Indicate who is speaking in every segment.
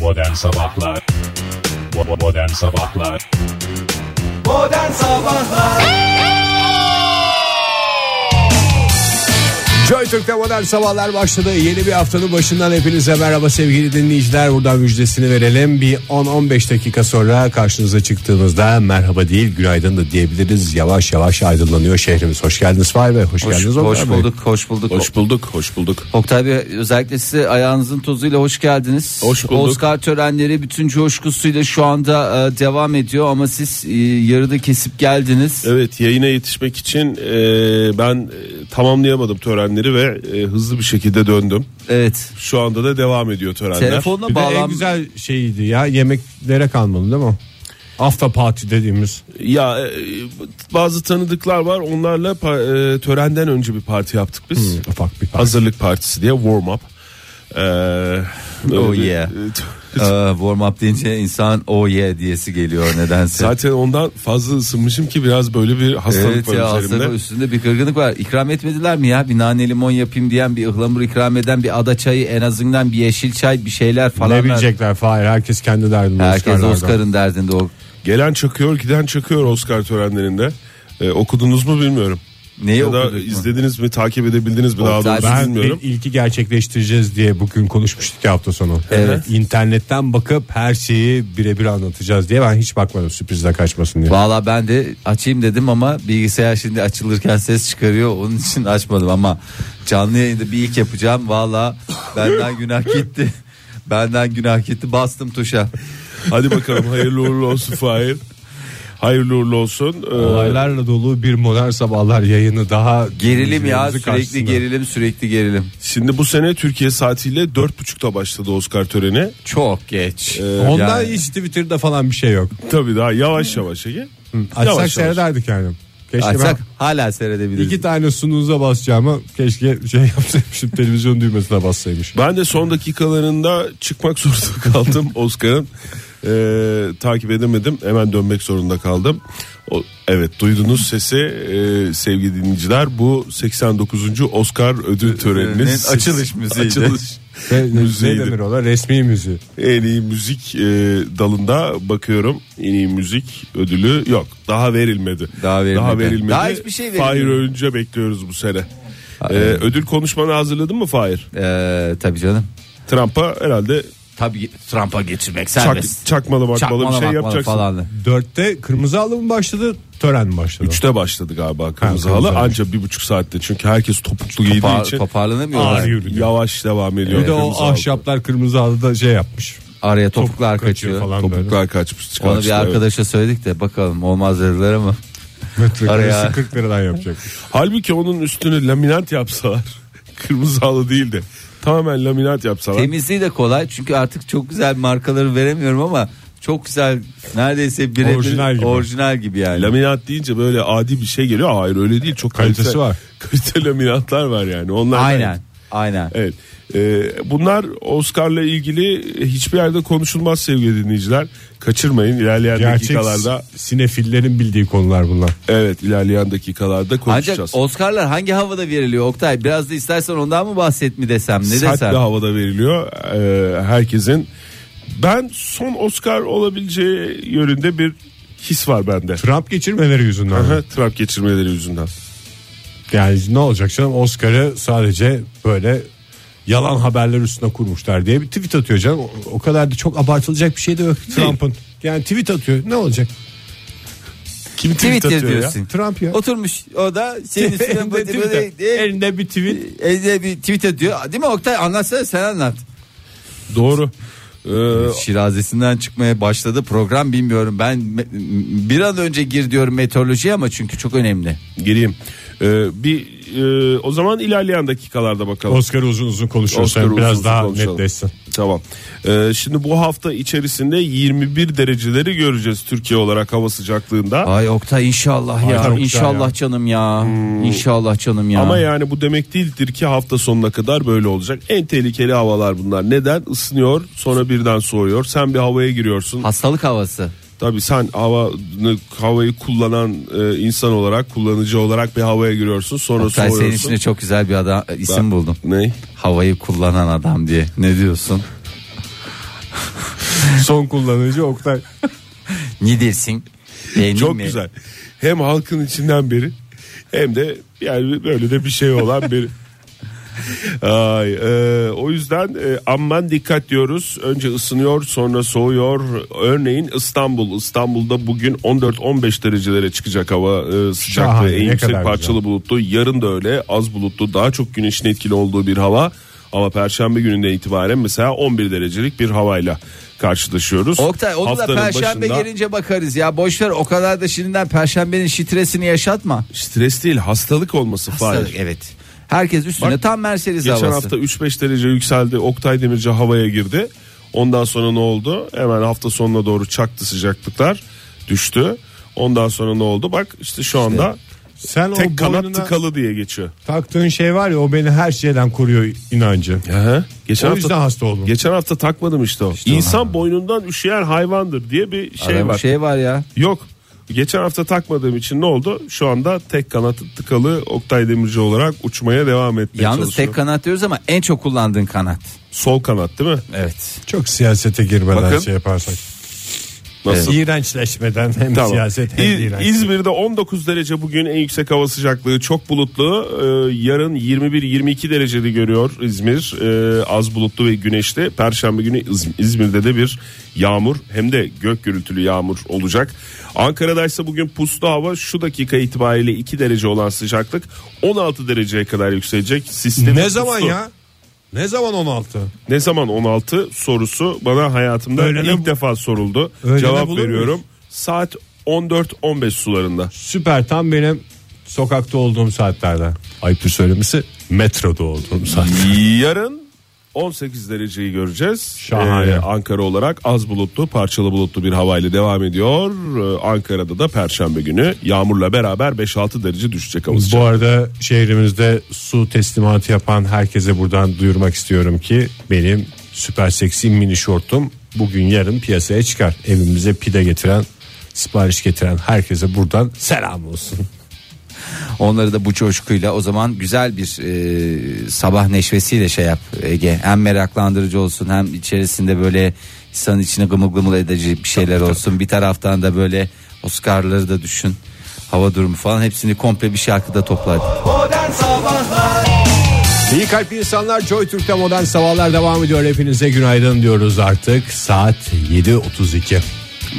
Speaker 1: Modern Sabahlar Bo- Modern Sabahlar
Speaker 2: Modern Sabahlar
Speaker 3: Joy Türk'te modern sabahlar başladı. Yeni bir haftanın başından hepinize merhaba sevgili dinleyiciler. Buradan müjdesini verelim. Bir 10-15 dakika sonra karşınıza çıktığımızda merhaba değil günaydın da diyebiliriz. Yavaş yavaş aydınlanıyor şehrimiz. Hoş geldiniz Fahir Bey. Hoş,
Speaker 4: Hoş,
Speaker 3: geldiniz Oktay
Speaker 4: hoş
Speaker 3: Bey.
Speaker 4: bulduk, hoş bulduk.
Speaker 5: Hoş bulduk, hoş bulduk.
Speaker 4: Oktay Bey özellikle size ayağınızın tozuyla hoş geldiniz.
Speaker 5: Hoş bulduk.
Speaker 4: Oscar törenleri bütün coşkusuyla şu anda e, devam ediyor ama siz e, yarıda kesip geldiniz.
Speaker 5: Evet, yayına yetişmek için e, ben e, tamamlayamadım törenleri ve e, hızlı bir şekilde döndüm.
Speaker 4: Evet.
Speaker 5: Şu anda da devam ediyor törenler.
Speaker 4: Telefonla
Speaker 3: Bir de en
Speaker 4: bağlan.
Speaker 3: güzel şeydi ya yemeklere kalmadı değil mi? After party dediğimiz.
Speaker 5: Ya e, bazı tanıdıklar var. Onlarla pa- e, törenden önce bir parti yaptık biz.
Speaker 3: Ufak bir parti.
Speaker 5: Hazırlık partisi diye warm up. E,
Speaker 4: Oh
Speaker 5: öyle bir-
Speaker 4: yeah.
Speaker 5: e,
Speaker 4: Ee, warm up deyince insan o ye diyesi geliyor nedense.
Speaker 5: Zaten ondan fazla ısınmışım ki biraz böyle bir hastalık
Speaker 4: Evet
Speaker 5: var
Speaker 4: ya
Speaker 5: üzerimde.
Speaker 4: hastalık üstünde bir kırgınlık var. İkram etmediler mi ya? Bir nane limon yapayım diyen bir ıhlamur ikram eden bir ada çayı en azından bir yeşil çay bir şeyler falan.
Speaker 3: Ne
Speaker 4: ver-
Speaker 3: bilecekler Fahir. Herkes kendi derdinde.
Speaker 4: Herkes
Speaker 3: Oscar'lardan.
Speaker 4: Oscar'ın derdinde o.
Speaker 5: Gelen çakıyor, giden çakıyor Oscar törenlerinde. E, okudunuz mu bilmiyorum.
Speaker 4: Neyi
Speaker 5: ya da
Speaker 4: okuduk mu?
Speaker 5: izlediniz mi, takip edebildiniz mi daha
Speaker 4: Oktay,
Speaker 5: doğrusu
Speaker 3: Ben
Speaker 5: bilmiyorum.
Speaker 3: bir ilki gerçekleştireceğiz diye bugün konuşmuştuk ya hafta sonu.
Speaker 4: Evet.
Speaker 3: İnternetten bakıp her şeyi birebir anlatacağız diye ben hiç bakmadım sürprizle kaçmasın diye.
Speaker 4: Valla ben de açayım dedim ama bilgisayar şimdi açılırken ses çıkarıyor onun için açmadım ama canlı yayında bir ilk yapacağım valla benden günah gitti benden günah gitti bastım tuşa
Speaker 5: Hadi bakalım hayırlı uğurlu olsun Fahir. Hayırlı uğurlu olsun. Ee,
Speaker 3: Olaylarla dolu bir modern sabahlar yayını daha
Speaker 4: gerilim ya
Speaker 3: dinleyicilerimizin
Speaker 4: sürekli
Speaker 3: karşısında.
Speaker 4: gerilim sürekli gerilim
Speaker 5: Şimdi bu sene Türkiye saatiyle dört buçukta başladı Oscar töreni.
Speaker 4: çok geç
Speaker 5: Ee,
Speaker 3: Ondan
Speaker 4: Yani-
Speaker 3: hiç Twitter'da falan bir şey yok.
Speaker 5: Tabii daha yavaş yavaş Ege.
Speaker 3: Açsak
Speaker 5: Yavaş yavaş.
Speaker 3: seyrederdik yani. Keşke
Speaker 4: açsak
Speaker 3: ben
Speaker 4: hala seyredebiliriz
Speaker 3: iki tane sunuza basacağımı keşke şey yapsaymışım televizyon düğmesine bassaymışım.
Speaker 5: Ben de son dakikalarında çıkmak zorunda kaldım Oscar'ın. Ee, takip edemedim hemen dönmek zorunda kaldım. O, evet duyduğunuz sesi e, sevgili dinleyiciler bu 89. Oscar ödül törenimiz.
Speaker 4: Törenin Ee, açılış müziğiydi.
Speaker 5: Açılış
Speaker 3: Ne, ne
Speaker 5: müziğiydi.
Speaker 3: denir ona resmi müziği.
Speaker 5: En iyi müzik e, dalında bakıyorum. En iyi müzik ödülü yok. Daha verilmedi.
Speaker 4: Daha verilmedi.
Speaker 5: Daha, verilmedi.
Speaker 4: Daha hiçbir şey verilmedi.
Speaker 5: Fahir Öğünce bekliyoruz bu sene. E, ödül konuşmanı hazırladın mı Fahir?
Speaker 4: Ee, tabii canım
Speaker 5: Trump'a herhalde
Speaker 4: tabii Trump'a geçirmek
Speaker 5: çak,
Speaker 4: serbest
Speaker 5: çakmalı bakmalı bir
Speaker 4: Çakmala
Speaker 5: şey
Speaker 4: bakmala
Speaker 5: yapacaksın.
Speaker 4: falan.
Speaker 3: Dörtte kırmızı halı mı başladı tören mi başladı?
Speaker 5: Üçte başladı galiba kırmızı
Speaker 3: Ha,
Speaker 5: halı.
Speaker 3: kırmızı halı.
Speaker 5: Ancak bir buçuk saatte çünkü herkes topuklu giydiği
Speaker 4: Topar-
Speaker 5: için
Speaker 4: toparlanamıyorlar.
Speaker 3: Ağır yürüdü.
Speaker 5: yavaş devam ediyor.
Speaker 3: Bir de
Speaker 5: kırmızı
Speaker 3: o
Speaker 5: halı.
Speaker 3: ahşaplar kırmızı halıda şey yapmış.
Speaker 4: araya topuklar
Speaker 3: Kaçıyor
Speaker 4: kaçıyor,
Speaker 3: falan böyle.
Speaker 5: Topuklar kaçmış
Speaker 4: Onu
Speaker 5: çıkarmışlar.
Speaker 4: bir
Speaker 5: evet.
Speaker 4: arkadaşa söyledik de bakalım olmaz dediler ama.
Speaker 3: Metre
Speaker 4: Araya-
Speaker 3: karesi 40 liradan yapacak.
Speaker 5: Halbuki onun üstünü laminat yapsalar kırmızı halı değil de tamamen laminat yapsalar.
Speaker 4: Temizliği de kolay çünkü artık çok güzel markaları veremiyorum ama çok güzel neredeyse birebir
Speaker 3: Orijinal
Speaker 4: orijinal
Speaker 3: gibi.
Speaker 4: gibi. yani.
Speaker 5: Laminat deyince böyle adi bir şey geliyor. Hayır öyle değil. Çok
Speaker 3: Kalitesi
Speaker 5: kalite-
Speaker 3: var.
Speaker 5: Kalite laminatlar var yani. Onlar
Speaker 4: Aynen. Aynen.
Speaker 5: Evet. Ee, bunlar Oscar'la ilgili hiçbir yerde konuşulmaz sevgili dinleyiciler. Kaçırmayın ilerleyen Hani
Speaker 3: Gerçek
Speaker 5: dakikalarda.
Speaker 3: sinefillerin bildiği konular bunlar.
Speaker 5: Evet ilerleyen dakikalarda
Speaker 4: Ancak
Speaker 5: konuşacağız.
Speaker 4: Oscar'lar hangi havada veriliyor Oktay? Biraz da istersen ondan mı bahset mi desem ne
Speaker 5: Sert
Speaker 4: desem?
Speaker 5: bir havada veriliyor ee, herkesin. Ben son Oscar olabileceği yönünde bir his var bende.
Speaker 3: Trump geçirmeleri yüzünden.
Speaker 5: Aha, Trump geçirmeleri yüzünden.
Speaker 3: Yani ne olacak canım Oscar'ı sadece böyle yalan haberler üstüne kurmuşlar diye bir tweet atıyor canım. O, o kadar da çok abartılacak bir şey de yok Trump'ın. Yani tweet atıyor ne olacak?
Speaker 5: Kim tweet,
Speaker 4: Twitter
Speaker 5: atıyor ya?
Speaker 4: diyorsun.
Speaker 3: Trump ya.
Speaker 4: Oturmuş o da senin üstüne
Speaker 3: Elinde
Speaker 4: böyle,
Speaker 3: tweet
Speaker 4: böyle,
Speaker 3: at- Elinde bir tweet.
Speaker 4: elde bir tweet ediyor. Değil mi Oktay? Anlatsana sen anlat.
Speaker 5: Doğru. Ee,
Speaker 4: Şirazesinden çıkmaya başladı program bilmiyorum. Ben me- bir an önce gir diyorum meteorolojiye ama çünkü çok önemli.
Speaker 5: Gireyim. Ee, bir e, o zaman ilerleyen dakikalarda bakalım.
Speaker 3: Oscar'ı uzun uzun konuşuyor.
Speaker 5: Oscar'ı
Speaker 3: Sen
Speaker 5: uzun
Speaker 3: biraz
Speaker 5: uzun
Speaker 3: daha
Speaker 5: konuşalım.
Speaker 3: netleşsin.
Speaker 5: Tamam. Ee, şimdi bu hafta içerisinde 21 dereceleri göreceğiz Türkiye olarak hava sıcaklığında.
Speaker 4: Ay Oktay inşallah
Speaker 3: Ay
Speaker 4: ya.
Speaker 3: Oktay
Speaker 4: inşallah
Speaker 3: ya.
Speaker 4: canım ya. İnşallah canım ya.
Speaker 5: Hmm. Ama yani bu demek değildir ki hafta sonuna kadar böyle olacak. En tehlikeli havalar bunlar. Neden? Isınıyor sonra birden soğuyor. Sen bir havaya giriyorsun.
Speaker 4: hastalık havası.
Speaker 5: Tabii sen havanı, havayı kullanan e, insan olarak kullanıcı olarak bir havaya giriyorsun sonra
Speaker 4: Oktay senin
Speaker 5: soğuyorsun.
Speaker 4: içinde çok güzel bir adam isim buldum.
Speaker 5: Ne?
Speaker 4: Havayı kullanan adam diye. Ne diyorsun?
Speaker 3: Son kullanıcı Oktay.
Speaker 4: Ne dersin? Beğendin
Speaker 5: Çok
Speaker 4: mi?
Speaker 5: güzel. Hem halkın içinden biri hem de yani böyle de bir şey olan biri. Ay, e, o yüzden e, aman dikkat diyoruz. Önce ısınıyor sonra soğuyor. Örneğin İstanbul. İstanbul'da bugün 14-15 derecelere çıkacak hava e, sıcaklığı.
Speaker 3: Şahane,
Speaker 5: En
Speaker 3: ne
Speaker 5: yüksek
Speaker 3: kadar
Speaker 5: parçalı bulutlu. Yarın da öyle az bulutlu daha çok güneşin etkili olduğu bir hava. Ama perşembe gününden itibaren mesela 11 derecelik bir havayla karşılaşıyoruz.
Speaker 4: Oktay onu da
Speaker 5: Haftanın
Speaker 4: perşembe
Speaker 5: başında-
Speaker 4: gelince bakarız ya. Boşver o kadar da şimdiden perşembenin şitresini yaşatma.
Speaker 5: Stres değil hastalık olması
Speaker 4: Hastalık,
Speaker 5: Fahir.
Speaker 4: evet. Herkes üstüne
Speaker 5: Bak,
Speaker 4: tam Mercedes
Speaker 5: Geçen
Speaker 4: havası.
Speaker 5: hafta 3-5 derece yükseldi. Oktay Demirci havaya girdi. Ondan sonra ne oldu? Hemen hafta sonuna doğru çaktı sıcaklıklar. Düştü. Ondan sonra ne oldu? Bak işte şu anda
Speaker 3: Sen
Speaker 5: tek
Speaker 3: o
Speaker 5: kanat
Speaker 3: boynuna
Speaker 5: tıkalı diye geçiyor.
Speaker 3: taktığın şey var ya o beni her şeyden koruyor inancı.
Speaker 5: Geçen
Speaker 3: o yüzden
Speaker 5: hafta
Speaker 3: hasta oldum.
Speaker 5: geçen hafta takmadım işte o. İnsan boynundan üşüyen hayvandır diye bir şey
Speaker 4: Adam
Speaker 5: var.
Speaker 4: şey var ya.
Speaker 5: Yok. Geçen hafta takmadığım için ne oldu? Şu anda tek kanat tıkalı Oktay Demirci olarak uçmaya devam etmeye
Speaker 4: Yalnız tek
Speaker 5: çalışıyorum.
Speaker 4: kanat diyoruz ama en çok kullandığın kanat.
Speaker 5: Sol kanat değil mi?
Speaker 4: Evet.
Speaker 3: Çok siyasete girmeden
Speaker 5: Bakın.
Speaker 3: şey yaparsak.
Speaker 5: Nasıl?
Speaker 3: İğrençleşmeden hem
Speaker 5: Tamam.
Speaker 3: siyaset hem
Speaker 5: İz-
Speaker 3: iğrenç.
Speaker 5: İzmir'de 19 derece bugün en yüksek hava sıcaklığı çok bulutlu. Ee, yarın 21-22 dereceli görüyor İzmir. Ee, az bulutlu ve güneşli. Perşembe günü İz- İzmir'de de bir yağmur hem de gök gürültülü yağmur olacak. Ankara'da ise bugün puslu hava şu dakika itibariyle 2 derece olan sıcaklık 16 dereceye kadar yükselecek. Sisli ve
Speaker 3: Ne
Speaker 5: puslu.
Speaker 3: zaman ya? Ne zaman 16?
Speaker 5: Ne zaman 16 sorusu bana hayatımda
Speaker 3: Öğlene-
Speaker 5: ilk defa soruldu.
Speaker 3: Öğlene
Speaker 5: Cevap
Speaker 3: bulur
Speaker 5: veriyorum.
Speaker 3: muyuz?
Speaker 5: Saat 14-15 sularında.
Speaker 3: Süper tam benim sokakta olduğum saatlerden. Ayıptır söylemesi metroda olduğum saat.
Speaker 5: Yarın 18 dereceyi göreceğiz. Ee,
Speaker 3: Şahane.
Speaker 5: Ankara olarak az bulutlu, parçalı bulutlu bir havayla devam ediyor. Ee, Ankara'da da perşembe günü yağmurla beraber 5-6 derece düşecek hava
Speaker 3: Bu
Speaker 5: sıcaklığı.
Speaker 3: arada şehrimizde su teslimatı yapan herkese buradan duyurmak istiyorum ki benim süper seksi mini şortum bugün yarın piyasaya çıkar. Evimize pide getiren sipariş getiren herkese buradan selam olsun.
Speaker 4: Onları da bu coşkuyla o zaman güzel bir e, sabah neşvesiyle şey yap Ege. Hem meraklandırıcı olsun hem içerisinde böyle insanın içine gımıl gımıl edici bir şeyler olsun. Bir taraftan da böyle Oscar'ları da düşün. Hava durumu falan hepsini komple bir şarkıda topla.
Speaker 2: Modern Sabahlar
Speaker 3: İyi kalpli insanlar Joy Türk'te modern sabahlar devam ediyor. Hepinize günaydın diyoruz artık. Saat 7.32.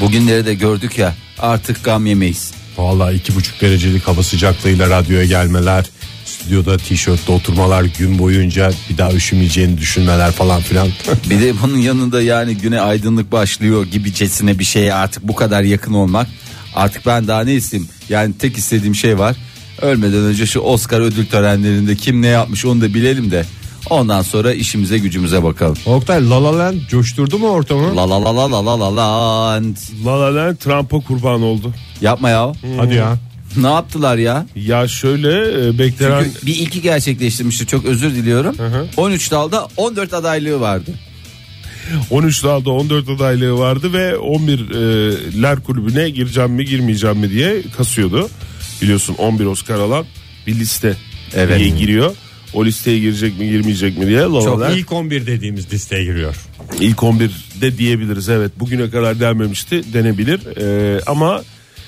Speaker 4: Bugünleri de gördük ya artık gam yemeyiz.
Speaker 3: Vallahi iki buçuk derecelik hava sıcaklığıyla radyoya gelmeler, stüdyoda tişörtle oturmalar, gün boyunca bir daha üşümeyeceğini düşünmeler falan filan.
Speaker 4: Bir de bunun yanında yani güne aydınlık başlıyor gibicesine bir şeye artık bu kadar yakın olmak. Artık ben daha ne isteyeyim? Yani tek istediğim şey var. Ölmeden önce şu Oscar ödül törenlerinde kim ne yapmış onu da bilelim de. Ondan sonra işimize gücümüze bakalım.
Speaker 3: Oktay La La Land coşturdu mu ortamı?
Speaker 4: La la la la la la la land.
Speaker 5: La La Land Trump'a kurban oldu.
Speaker 4: Yapma ya.
Speaker 3: Hadi ya.
Speaker 4: Ne yaptılar ya?
Speaker 5: Ya şöyle e, beklenen
Speaker 4: Çünkü bir ilki gerçekleştirmişti çok özür diliyorum. 13 dalda 14 adaylığı vardı.
Speaker 5: 13 dalda 14 adaylığı vardı ve 11'ler kulübüne gireceğim mi girmeyeceğim mi diye kasıyordu. Biliyorsun 11 Oscar alan bir liste
Speaker 4: Evet.
Speaker 5: diye giriyor. O listeye girecek mi girmeyecek mi diye La La
Speaker 4: Çok
Speaker 5: Land-
Speaker 3: İlk 11 dediğimiz listeye giriyor.
Speaker 5: İlk 11'de diyebiliriz evet. Bugüne kadar denmemişti denebilir. Ee, ama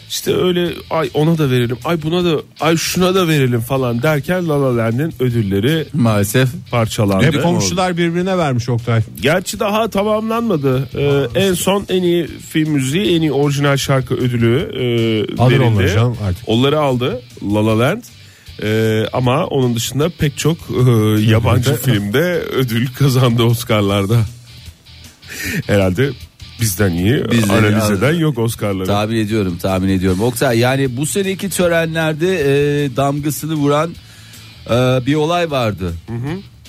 Speaker 5: işte öyle ay ona da verelim ay buna da ay şuna da verelim falan derken La La Land'in ödülleri
Speaker 4: Maalesef.
Speaker 5: parçalandı.
Speaker 3: Hep komşular birbirine vermiş Oktay.
Speaker 5: Gerçi daha tamamlanmadı. Ee, en son en iyi film müziği en iyi orijinal şarkı ödülü e,
Speaker 3: Alır
Speaker 5: verildi.
Speaker 3: onları canım artık.
Speaker 5: Onları aldı La La Land. Ee, ama onun dışında pek çok e, yabancı filmde ödül kazandı Oscar'larda. Herhalde bizden iyi
Speaker 4: Bizden iyi,
Speaker 5: analiz
Speaker 4: abi.
Speaker 5: eden yok Oscar'ları.
Speaker 4: Tahmin ediyorum tahmin ediyorum. Oktay yani bu seneki törenlerde e, damgasını vuran e, bir olay vardı.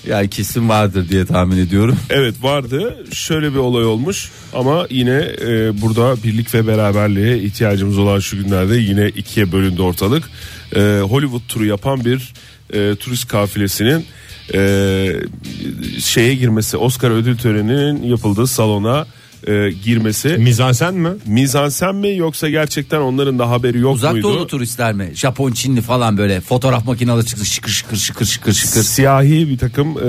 Speaker 4: Yani kesin vardır diye tahmin ediyorum.
Speaker 5: Evet vardı. Şöyle bir olay olmuş ama yine e, burada birlik ve beraberliğe ihtiyacımız olan şu günlerde yine ikiye bölündü ortalık. E, Hollywood turu yapan bir e, turist kafilesinin e, şeye girmesi Oscar ödül töreninin yapıldığı salona e, e, girmesi.
Speaker 3: Mizansen mi?
Speaker 5: Mizansen mi yoksa gerçekten onların da haberi yok
Speaker 4: Uzak
Speaker 5: muydu?
Speaker 4: doğulu turistler mi? Japon, Çinli falan böyle fotoğraf makinaları çıktı şıkır şıkır şıkır şıkır şıkır.
Speaker 5: Siyahi bir takım e,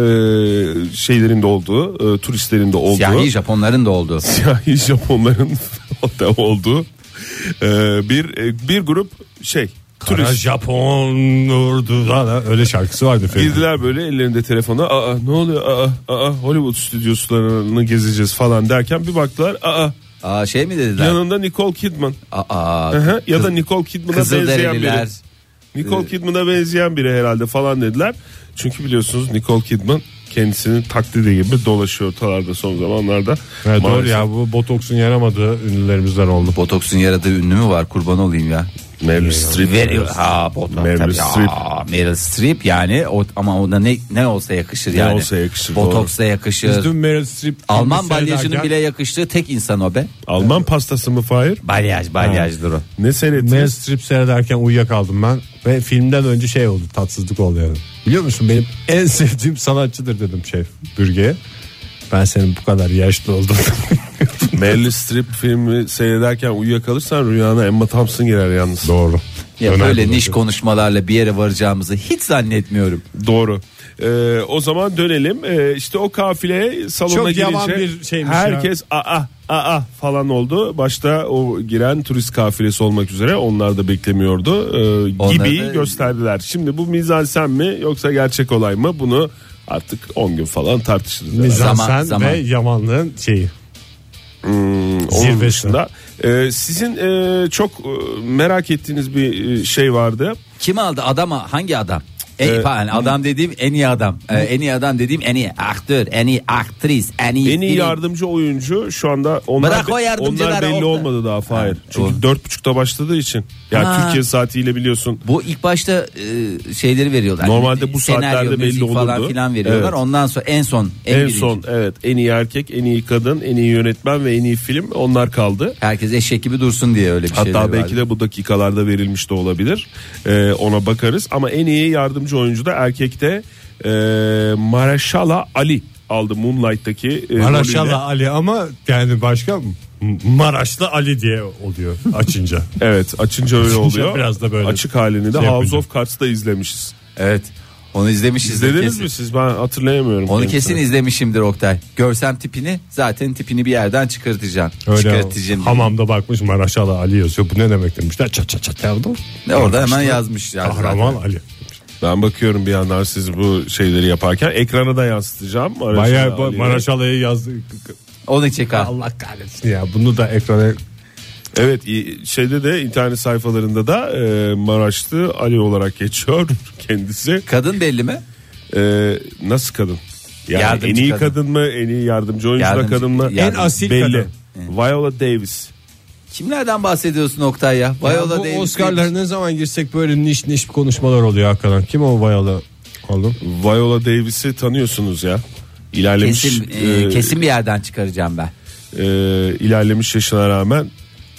Speaker 5: şeylerin de olduğu, e, turistlerin de olduğu.
Speaker 4: Siyahi Japonların da oldu.
Speaker 5: siyahi Japonların da olduğu e, bir e, bir grup şey
Speaker 3: Kara
Speaker 5: turist
Speaker 3: Japon orduda öyle şarkısı vardı Ferdi.
Speaker 5: girdiler böyle ellerinde telefona aa ne oluyor aa, aa Hollywood stüdyolarını gezeceğiz falan derken bir baktılar aa
Speaker 4: Aa şey mi dediler?
Speaker 5: yanında Nicole Kidman
Speaker 4: Aa,
Speaker 5: Hı hı, ya da
Speaker 4: kız-
Speaker 5: Nicole Kidman'a benzeyen biri
Speaker 4: Kızılderililer.
Speaker 5: Nicole
Speaker 3: Ee,
Speaker 5: Kidman'a benzeyen biri herhalde falan dediler çünkü biliyorsunuz Nicole Kidman kendisinin taklidi gibi dolaşıyor ortalarda son zamanlarda
Speaker 3: Evet, doğru
Speaker 5: Maalesef.
Speaker 3: ya bu botoksun yaramadığı ünlülerimizden oldu.
Speaker 4: Botoks'un yaradığı ünlü mü var kurban olayım ya.
Speaker 5: Meryl Streep
Speaker 4: Veriyor. Ha botoks.
Speaker 5: Meryl
Speaker 4: Meryl
Speaker 5: Streep.
Speaker 4: Streep. Meryl Streep yani o, ama ona ne ne olsa yakışır yani.
Speaker 5: olsa yakışır,
Speaker 4: Botoks da yakışır.
Speaker 3: Biz dün Meryl Streep
Speaker 4: Alman
Speaker 3: seyrederken-
Speaker 4: balyajının bile yakıştığı tek insan o be.
Speaker 5: Alman pastası mı Fahir?
Speaker 4: Balyaj balyajdır o.
Speaker 5: Ne seyrettiniz?
Speaker 3: Meryl Streep seyrederken uyuyakaldım ben ve filmden önce şey oldu tatsızlık oldu yani. Biliyor musun benim en sevdiğim sanatçıdır dedim şey Bürge'ye. Ben senin bu kadar yaşlı olduğunu
Speaker 5: Meryl Streep filmi seyrederken uyuyakalırsan rüyana Emma Thompson girer yalnız.
Speaker 3: Doğru.
Speaker 4: Ya
Speaker 3: Önemli
Speaker 4: böyle
Speaker 3: bence.
Speaker 4: niş konuşmalarla bir yere varacağımızı hiç zannetmiyorum.
Speaker 5: Doğru. Ee, o zaman dönelim. Ee, işte o kafileye salona
Speaker 3: Çok
Speaker 5: girince
Speaker 3: yavan bir şeymiş
Speaker 5: herkes aa aa falan oldu. Başta o giren turist kafilesi olmak üzere onlar da beklemiyordu ee,
Speaker 4: Onlar
Speaker 5: gibi
Speaker 4: da-
Speaker 5: gösterdiler. Şimdi bu mizansen mi yoksa gerçek olay mı bunu artık 10 gün falan tartışırız. herhalde.
Speaker 3: Mizansen
Speaker 4: Zaman, zaman.
Speaker 3: ve yamanlığın şeyi.
Speaker 5: Onun
Speaker 3: Zirvesi.
Speaker 5: dışında e, sizin e, çok e, merak ettiğiniz bir e, şey vardı.
Speaker 4: Kim aldı adama hangi adam? En,
Speaker 5: Ee,
Speaker 4: pardon, adam dediğim en iyi adam. Ee, en iyi adam dediğim en iyi aktör, en iyi aktris, en iyi.
Speaker 5: En iyi yardımcı oyuncu şu anda onlar
Speaker 4: Bırak o yardımcıları
Speaker 5: onlar belli
Speaker 4: orada.
Speaker 5: olmadı daha Fahir. Çünkü
Speaker 4: doğru.
Speaker 5: dört buçukta başladığı için. Yani
Speaker 4: Ha.
Speaker 5: Türkiye saatiyle biliyorsun.
Speaker 4: Bu ilk başta e, şeyleri veriyorlar. E,
Speaker 5: Normalde bu
Speaker 4: Senaryo,
Speaker 5: saatlerde belli
Speaker 4: müzik
Speaker 5: olurdu.
Speaker 4: falan filan veriyorlar.
Speaker 5: Evet.
Speaker 4: Ondan sonra en son en,
Speaker 5: En
Speaker 4: birinci.
Speaker 5: son evet en iyi erkek, en iyi kadın, en iyi yönetmen ve en iyi film onlar kaldı.
Speaker 4: herkes eşek gibi dursun diye öyle bir şey.
Speaker 5: Hatta belki de bu dakikalarda verilmiş de olabilir. Ee, ona bakarız ama en iyi yardımcı oyuncu da erkekte e, Mareşala Ali aldı Moonlight'taki e, rolüyle.
Speaker 3: Maraşlı Ali ama yani başka mı? Maraşlı Ali diye oluyor açınca.
Speaker 5: Evet açınca öyle
Speaker 3: Açınca
Speaker 5: oluyor.
Speaker 3: biraz da böyle
Speaker 5: Açık halini de
Speaker 3: şey
Speaker 5: House
Speaker 3: yapınca.
Speaker 5: of Cards'da izlemişiz.
Speaker 4: Evet. Onu izlemişiz.
Speaker 5: İzlediniz
Speaker 4: kesin.
Speaker 5: mi siz? Ben hatırlayamıyorum.
Speaker 4: Onu
Speaker 5: kendisini.
Speaker 4: kesin izlemişimdir Oktay. Görsem tipini zaten tipini bir yerden çıkartacağım.
Speaker 3: Öyle
Speaker 4: Çıkartacağım.
Speaker 3: hamamda bakmış Maraşlı Ali yazıyor. Bu ne demek demişler. Çat çat çat yazdım.
Speaker 4: Ne orada hemen yazmış yani
Speaker 3: Kahraman
Speaker 4: zaten.
Speaker 3: Ali.
Speaker 5: Ben bakıyorum bir yandan siz bu şeyleri yaparken ekrana da yansıtacağım. Maraşlı
Speaker 3: Bayağı
Speaker 5: Ali'ye.
Speaker 3: ba- Maraşalı'yı yazdı.
Speaker 4: Onu çıkar.
Speaker 3: Allah kahretsin ya bunu da ekrana
Speaker 5: Evet i- şeyde de internet sayfalarında da e, Maraşlı Ali olarak geçiyor kendisi.
Speaker 4: Kadın belli mi?
Speaker 5: E, nasıl kadın? Yani
Speaker 4: Yardımcı
Speaker 5: en iyi kadın.
Speaker 4: kadın.
Speaker 5: mı? En iyi yardımcı oyuncu da
Speaker 4: Yardımcı-
Speaker 5: kadın mı?
Speaker 4: En
Speaker 3: asil
Speaker 5: belli.
Speaker 3: kadın.
Speaker 5: Viola Davis.
Speaker 4: Kimlerden bahsediyorsun Oktay ya? Viola
Speaker 3: Ya bu
Speaker 4: Davis.
Speaker 3: Oscar'ları ne zaman girsek böyle niş niş konuşmalar oluyor hakikaten. Kim o Viola oğlum?
Speaker 5: Viola Davis'i tanıyorsunuz ya. İlerlemiş
Speaker 4: Kesin, e,
Speaker 5: e,
Speaker 4: kesin bir yerden çıkaracağım ben.
Speaker 5: e, ilerlemiş yaşına rağmen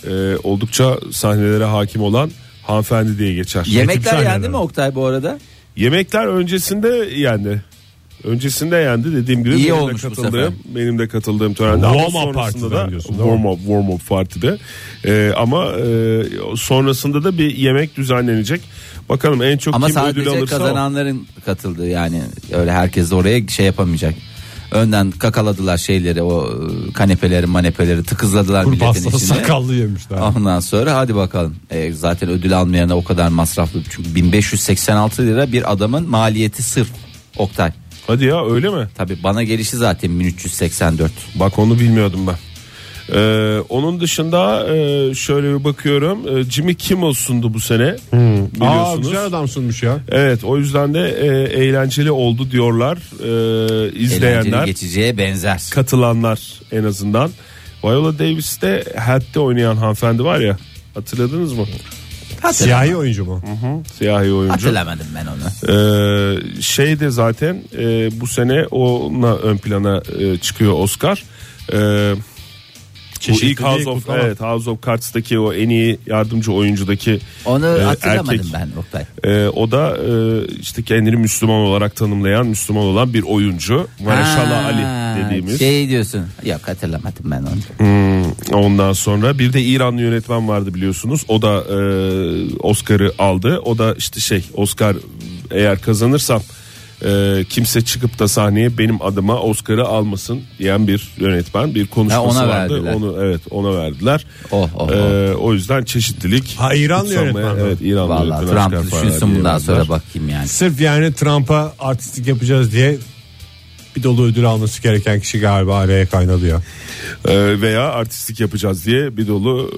Speaker 5: e, oldukça sahnelere hakim olan hanımefendi diye geçer.
Speaker 4: Yemekler
Speaker 3: sahneler.
Speaker 4: yendi mi Oktay bu arada?
Speaker 5: Yemekler öncesinde yendi. Öncesinde yendi dediğim gibi
Speaker 4: İyi
Speaker 5: benim
Speaker 4: olmuş
Speaker 5: de
Speaker 4: bu
Speaker 5: katıldığım benim de katıldığım törende
Speaker 3: Warm
Speaker 5: ama
Speaker 3: up
Speaker 5: sonrasında
Speaker 3: partiden
Speaker 5: da
Speaker 3: diyorsun, değil mi?
Speaker 5: warm up warm up partide E, ama e, sonrasında da bir yemek düzenlenecek. Bakalım en çok
Speaker 4: Ama
Speaker 5: kim ödül
Speaker 4: sadece
Speaker 5: alırsa o.
Speaker 4: kazananların katıldığı yani öyle herkes de oraya şey yapamayacak. Önden kakaladılar şeyleri o e, kanepeleri manepeleri tıkızladılar milletin
Speaker 3: Kurbağası
Speaker 4: içine.
Speaker 3: sakallı yemişler.
Speaker 4: Ondan sonra hadi bakalım. E, zaten ödül almayana o kadar masraflı. Çünkü 1586 lira bir adamın maliyeti sırf Oktay.
Speaker 5: Hadi ya öyle mi?
Speaker 4: Tabi bana gelişi zaten 1384.
Speaker 5: Bak onu bilmiyordum ben. Ee, onun dışında e, şöyle bir bakıyorum. E, Jimmy Kimmel sundu bu sene.
Speaker 3: Hmm. Aa
Speaker 5: Biliyorsunuz.
Speaker 3: güzel adam sunmuş ya.
Speaker 5: Evet o yüzden de e, eğlenceli oldu diyorlar e,
Speaker 4: Eğlenceli
Speaker 5: izleyenler,
Speaker 4: geçeceğe benzer.
Speaker 5: katılanlar en azından. Viola Davis de Hat'te oynayan hanımefendi var ya hatırladınız mı?
Speaker 3: Siyahi oyuncu mu?
Speaker 5: Siyahi oyuncu.
Speaker 4: Hatırlamadım ben onu.
Speaker 5: Ee, şey de zaten e, bu sene ona ön plana e, çıkıyor Oscar. Ee, Bu ilk House of, evet, House of Cards'taki o en iyi yardımcı oyuncudaki
Speaker 6: Onu
Speaker 5: e,
Speaker 6: hatırlamadım
Speaker 5: erkek.
Speaker 6: ben Oktay.
Speaker 5: Ee, o da e, işte kendini Müslüman olarak tanımlayan Müslüman olan bir oyuncu. Mareşala
Speaker 6: Ha,
Speaker 5: Ali dediğimiz.
Speaker 6: Şey diyorsun. Yok hatırlamadım ben onu.
Speaker 5: Ondan sonra bir de İranlı yönetmen vardı biliyorsunuz. O da e, Oscar'ı aldı. O da işte şey Oscar eğer kazanırsam e, kimse çıkıp da sahneye benim adıma Oscar'ı almasın diyen bir yönetmen bir konuşması
Speaker 6: Ha, ona
Speaker 5: vardı.
Speaker 6: verdiler.
Speaker 5: Onu evet ona verdiler.
Speaker 6: Oh, oh, oh.
Speaker 5: E, o yüzden çeşitlilik.
Speaker 3: Ha, İranlı
Speaker 5: kutsanmaya-
Speaker 3: yönetmen mi?
Speaker 5: Evet İranlı
Speaker 6: Valla
Speaker 5: yönetmen Oscar
Speaker 6: Trump
Speaker 5: Farhadi'ye
Speaker 6: düşünsün bundan sonra
Speaker 5: verdiler.
Speaker 6: bakayım yani.
Speaker 3: Sırf yani Trump'a artistlik yapacağız diye bir dolu ödül alması gereken kişi galiba araya kaynadı ya.
Speaker 5: E, veya artistlik yapacağız diye bir dolu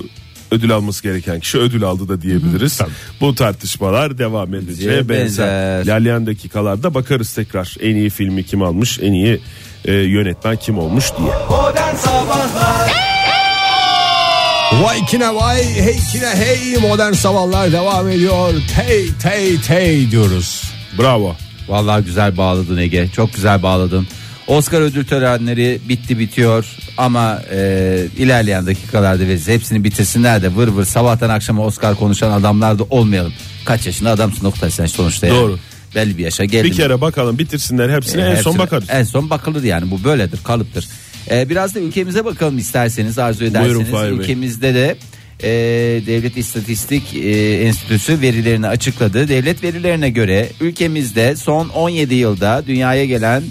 Speaker 5: e, ödül alması gereken kişi ödül aldı da diyebiliriz. Bu tartışmalar devam edeceğe
Speaker 6: Diye
Speaker 5: benzer.
Speaker 6: benzer.
Speaker 5: İlerleyen dakikalarda bakarız tekrar en iyi filmi kim almış, en iyi e, yönetmen kim olmuş diye.
Speaker 2: Modern Sabahlar
Speaker 3: Vay kine vay hey kine hey modern sabahlar devam ediyor. Tey tey tey diyoruz.
Speaker 5: Bravo.
Speaker 4: Vallahi güzel bağladın Ege. Çok güzel bağladın. Oscar ödül törenleri bitti bitiyor ama e, ilerleyen dakikalarda veririz. Hepsini bitirsinler de vır vır sabahtan akşama Oscar konuşan adamlar da olmayalım. Kaç yaşında adamsın Oktay sen sonuçta. yani.
Speaker 5: Doğru.
Speaker 4: Belli bir yaşa geldin.
Speaker 5: Bir kere bakalım bitirsinler hepsini
Speaker 4: E,
Speaker 5: en son
Speaker 4: hepsine-
Speaker 5: bakarız.
Speaker 4: En son bakılır yani bu böyledir kalıptır. E, biraz da ülkemize bakalım isterseniz arzu ederseniz.
Speaker 5: Buyurun Fahir Bey.
Speaker 4: Ülkemizde de e, Devlet İstatistik e, Enstitüsü verilerini açıkladı. Devlet verilerine göre ülkemizde son 17 yılda dünyaya gelen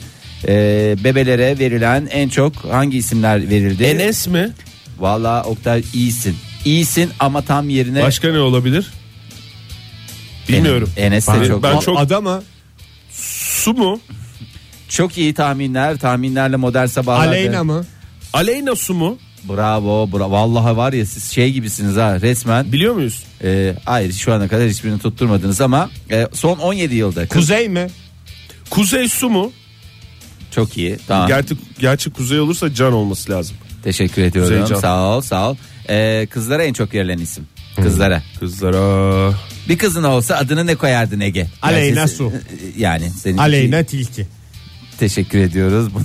Speaker 4: e, bebelere verilen en çok hangi isimler verildi?
Speaker 5: Enes mi?
Speaker 4: Valla Oktay iyisin. İyisin ama tam yerine
Speaker 5: Başka ne olabilir? Bilmiyorum.
Speaker 4: Enes de
Speaker 5: Ben-
Speaker 4: çok.
Speaker 5: ben
Speaker 4: Ama-
Speaker 5: çok-
Speaker 3: Adama
Speaker 5: Su mu?
Speaker 4: Çok iyi tahminler. Tahminlerle modern sabahlarda.
Speaker 3: Aleyna mı?
Speaker 5: Aleyna su mu?
Speaker 4: Bravo, bravo. Vallahi var ya siz şey gibisiniz ha resmen.
Speaker 5: Biliyor muyuz?
Speaker 4: E, hayır şu ana kadar hiçbirini tutturmadınız ama e, son 17 yılda kız
Speaker 3: Kuzey mi?
Speaker 5: Kuzey su mu?
Speaker 4: çok iyi. Tamam.
Speaker 5: Gerçi, gerçi kuzey olursa can olması lazım.
Speaker 4: Teşekkür ediyorum.
Speaker 5: Kuzeycan.
Speaker 4: Sağ ol, sağ ol. E, kızlara en çok verilen isim.
Speaker 3: Hmm.
Speaker 4: Kızlara.
Speaker 5: Kızlara.
Speaker 4: Bir kızın olsa adını ne koyardın Ege? Yani
Speaker 3: Aleyna
Speaker 4: siz-
Speaker 3: Su.
Speaker 4: Yani senin
Speaker 3: Aleyna Tilki.
Speaker 4: Teşekkür ediyoruz bu,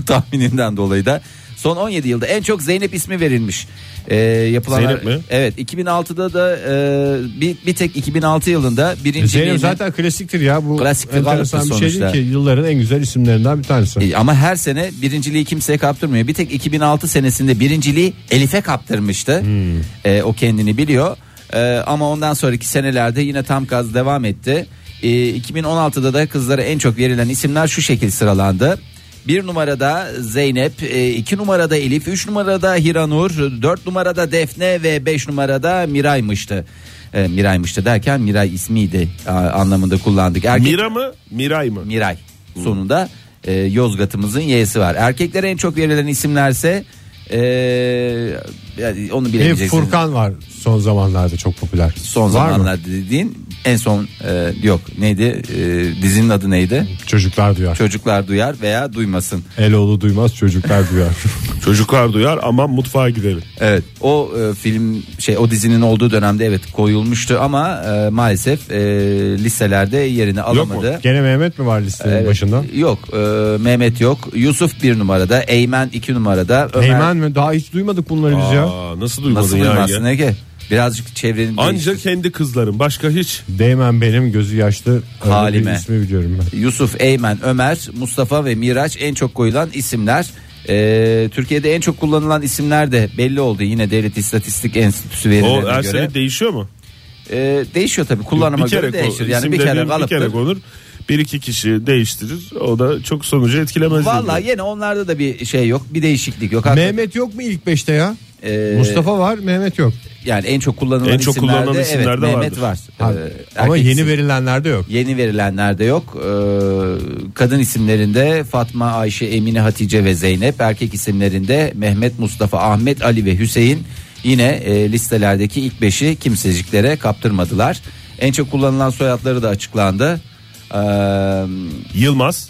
Speaker 4: bu tahmininden dolayı da. Son 17 yılda en çok Zeynep ismi verilmiş. Ee, yapılan
Speaker 5: Zeynep mi?
Speaker 4: Evet 2006'da da e, bir, bir tek 2006 yılında birinci
Speaker 3: Zeynep
Speaker 4: yeni-
Speaker 3: zaten klasiktir ya bu.
Speaker 4: Klasiktir,
Speaker 3: enteresan bir
Speaker 4: kalıptır
Speaker 3: şey değil
Speaker 4: sonuçta.
Speaker 3: ki yılların en güzel isimlerinden bir tanesi.
Speaker 4: E, Ama her sene birinciliği kimseye kaptırmıyor. Bir tek 2006 senesinde birinciliği Elif'e kaptırmıştı. E, o kendini biliyor. E, ama ondan sonraki senelerde yine tam gaz devam etti. E, 2016'da da kızlara en çok verilen isimler şu şekil sıralandı. Bir numarada Zeynep, e, iki numarada Elif, üç numarada Hiranur, dört numarada Defne ve beş numarada Miray'mıştı. E, Miray'mıştı derken Miray ismiydi a- anlamında kullandık. Erkek-
Speaker 5: Mira mı? Miray mı?
Speaker 4: Miray. Sonunda e, Yozgat'ımızın Y'si var. Erkeklere en çok verilen isimlerse e, yani onu
Speaker 3: Bir
Speaker 4: bilemeyeceksiniz.
Speaker 3: E, Furkan var son zamanlarda çok popüler.
Speaker 4: Son
Speaker 3: var Mı?
Speaker 4: zamanlarda dediğin en son e, yok neydi E, dizinin adı neydi?
Speaker 3: Çocuklar duyar.
Speaker 4: Çocuklar duyar veya duymasın.
Speaker 3: Eloğlu duymaz çocuklar duyar.
Speaker 5: Çocuklar duyar ama mutfağa gidelim.
Speaker 4: Evet o e, film şey o dizinin olduğu dönemde evet koyulmuştu ama e, maalesef e, listelerde yerini
Speaker 5: Yok mu?
Speaker 4: alamadı.
Speaker 3: Gene Mehmet mi var listenin
Speaker 4: Evet.
Speaker 3: başında?
Speaker 4: Yok e, Mehmet yok. Yusuf bir numarada. Eymen iki numarada. Ömer-
Speaker 3: Heymen mi? Daha hiç duymadık bunları biz ya.
Speaker 5: Aa, nasıl duymadın
Speaker 4: Nasıl
Speaker 5: ya?
Speaker 4: duymasın Ege? Birazcık çevrenin
Speaker 5: Ancak
Speaker 4: değiştir.
Speaker 5: kendi kızların başka hiç.
Speaker 3: Değmen benim gözü yaşlı öyle bir
Speaker 4: Halime.
Speaker 3: ismi biliyorum ben.
Speaker 4: Yusuf, Eymen, Ömer, Mustafa ve Miraç en çok koyulan isimler. Ee, Türkiye'de en çok kullanılan isimler de belli oldu yine Devlet İstatistik Enstitüsü
Speaker 5: O
Speaker 4: verilerine
Speaker 5: her
Speaker 4: göre.
Speaker 5: sene değişiyor mu?
Speaker 4: Ee, değişiyor tabii kullanıma göre
Speaker 5: ko-
Speaker 4: değişir. Yani
Speaker 5: isim
Speaker 4: bir
Speaker 5: dediğim
Speaker 4: kere
Speaker 5: bir kere
Speaker 4: kalıptır.
Speaker 5: konur. Bir iki kişi değiştirir. O da çok sonucu etkilemez.
Speaker 4: Valla
Speaker 5: diye.
Speaker 4: yine onlarda da bir şey yok, bir değişiklik yok. Hakikaten,
Speaker 3: Mehmet yok mu ilk beşte ya?
Speaker 4: Ee,
Speaker 3: Mustafa var, Mehmet yok.
Speaker 4: yani en çok kullanılan
Speaker 5: En çok
Speaker 4: isimlerde,
Speaker 5: kullanılan isimlerde
Speaker 4: evet, Mehmet var.
Speaker 3: Ha,
Speaker 4: Ee,
Speaker 3: ama
Speaker 4: erkek
Speaker 3: yeni
Speaker 4: isim-
Speaker 3: verilenlerde yok.
Speaker 4: Yeni verilenlerde yok. Ee, kadın isimlerinde Fatma, Ayşe, Emine, Hatice ve Zeynep. Erkek isimlerinde Mehmet, Mustafa, Ahmet, Ali ve Hüseyin. Yine e, listelerdeki ilk beşi kimseciklere kaptırmadılar. En çok kullanılan soyadları da açıklandı. Ee,
Speaker 5: Yılmaz.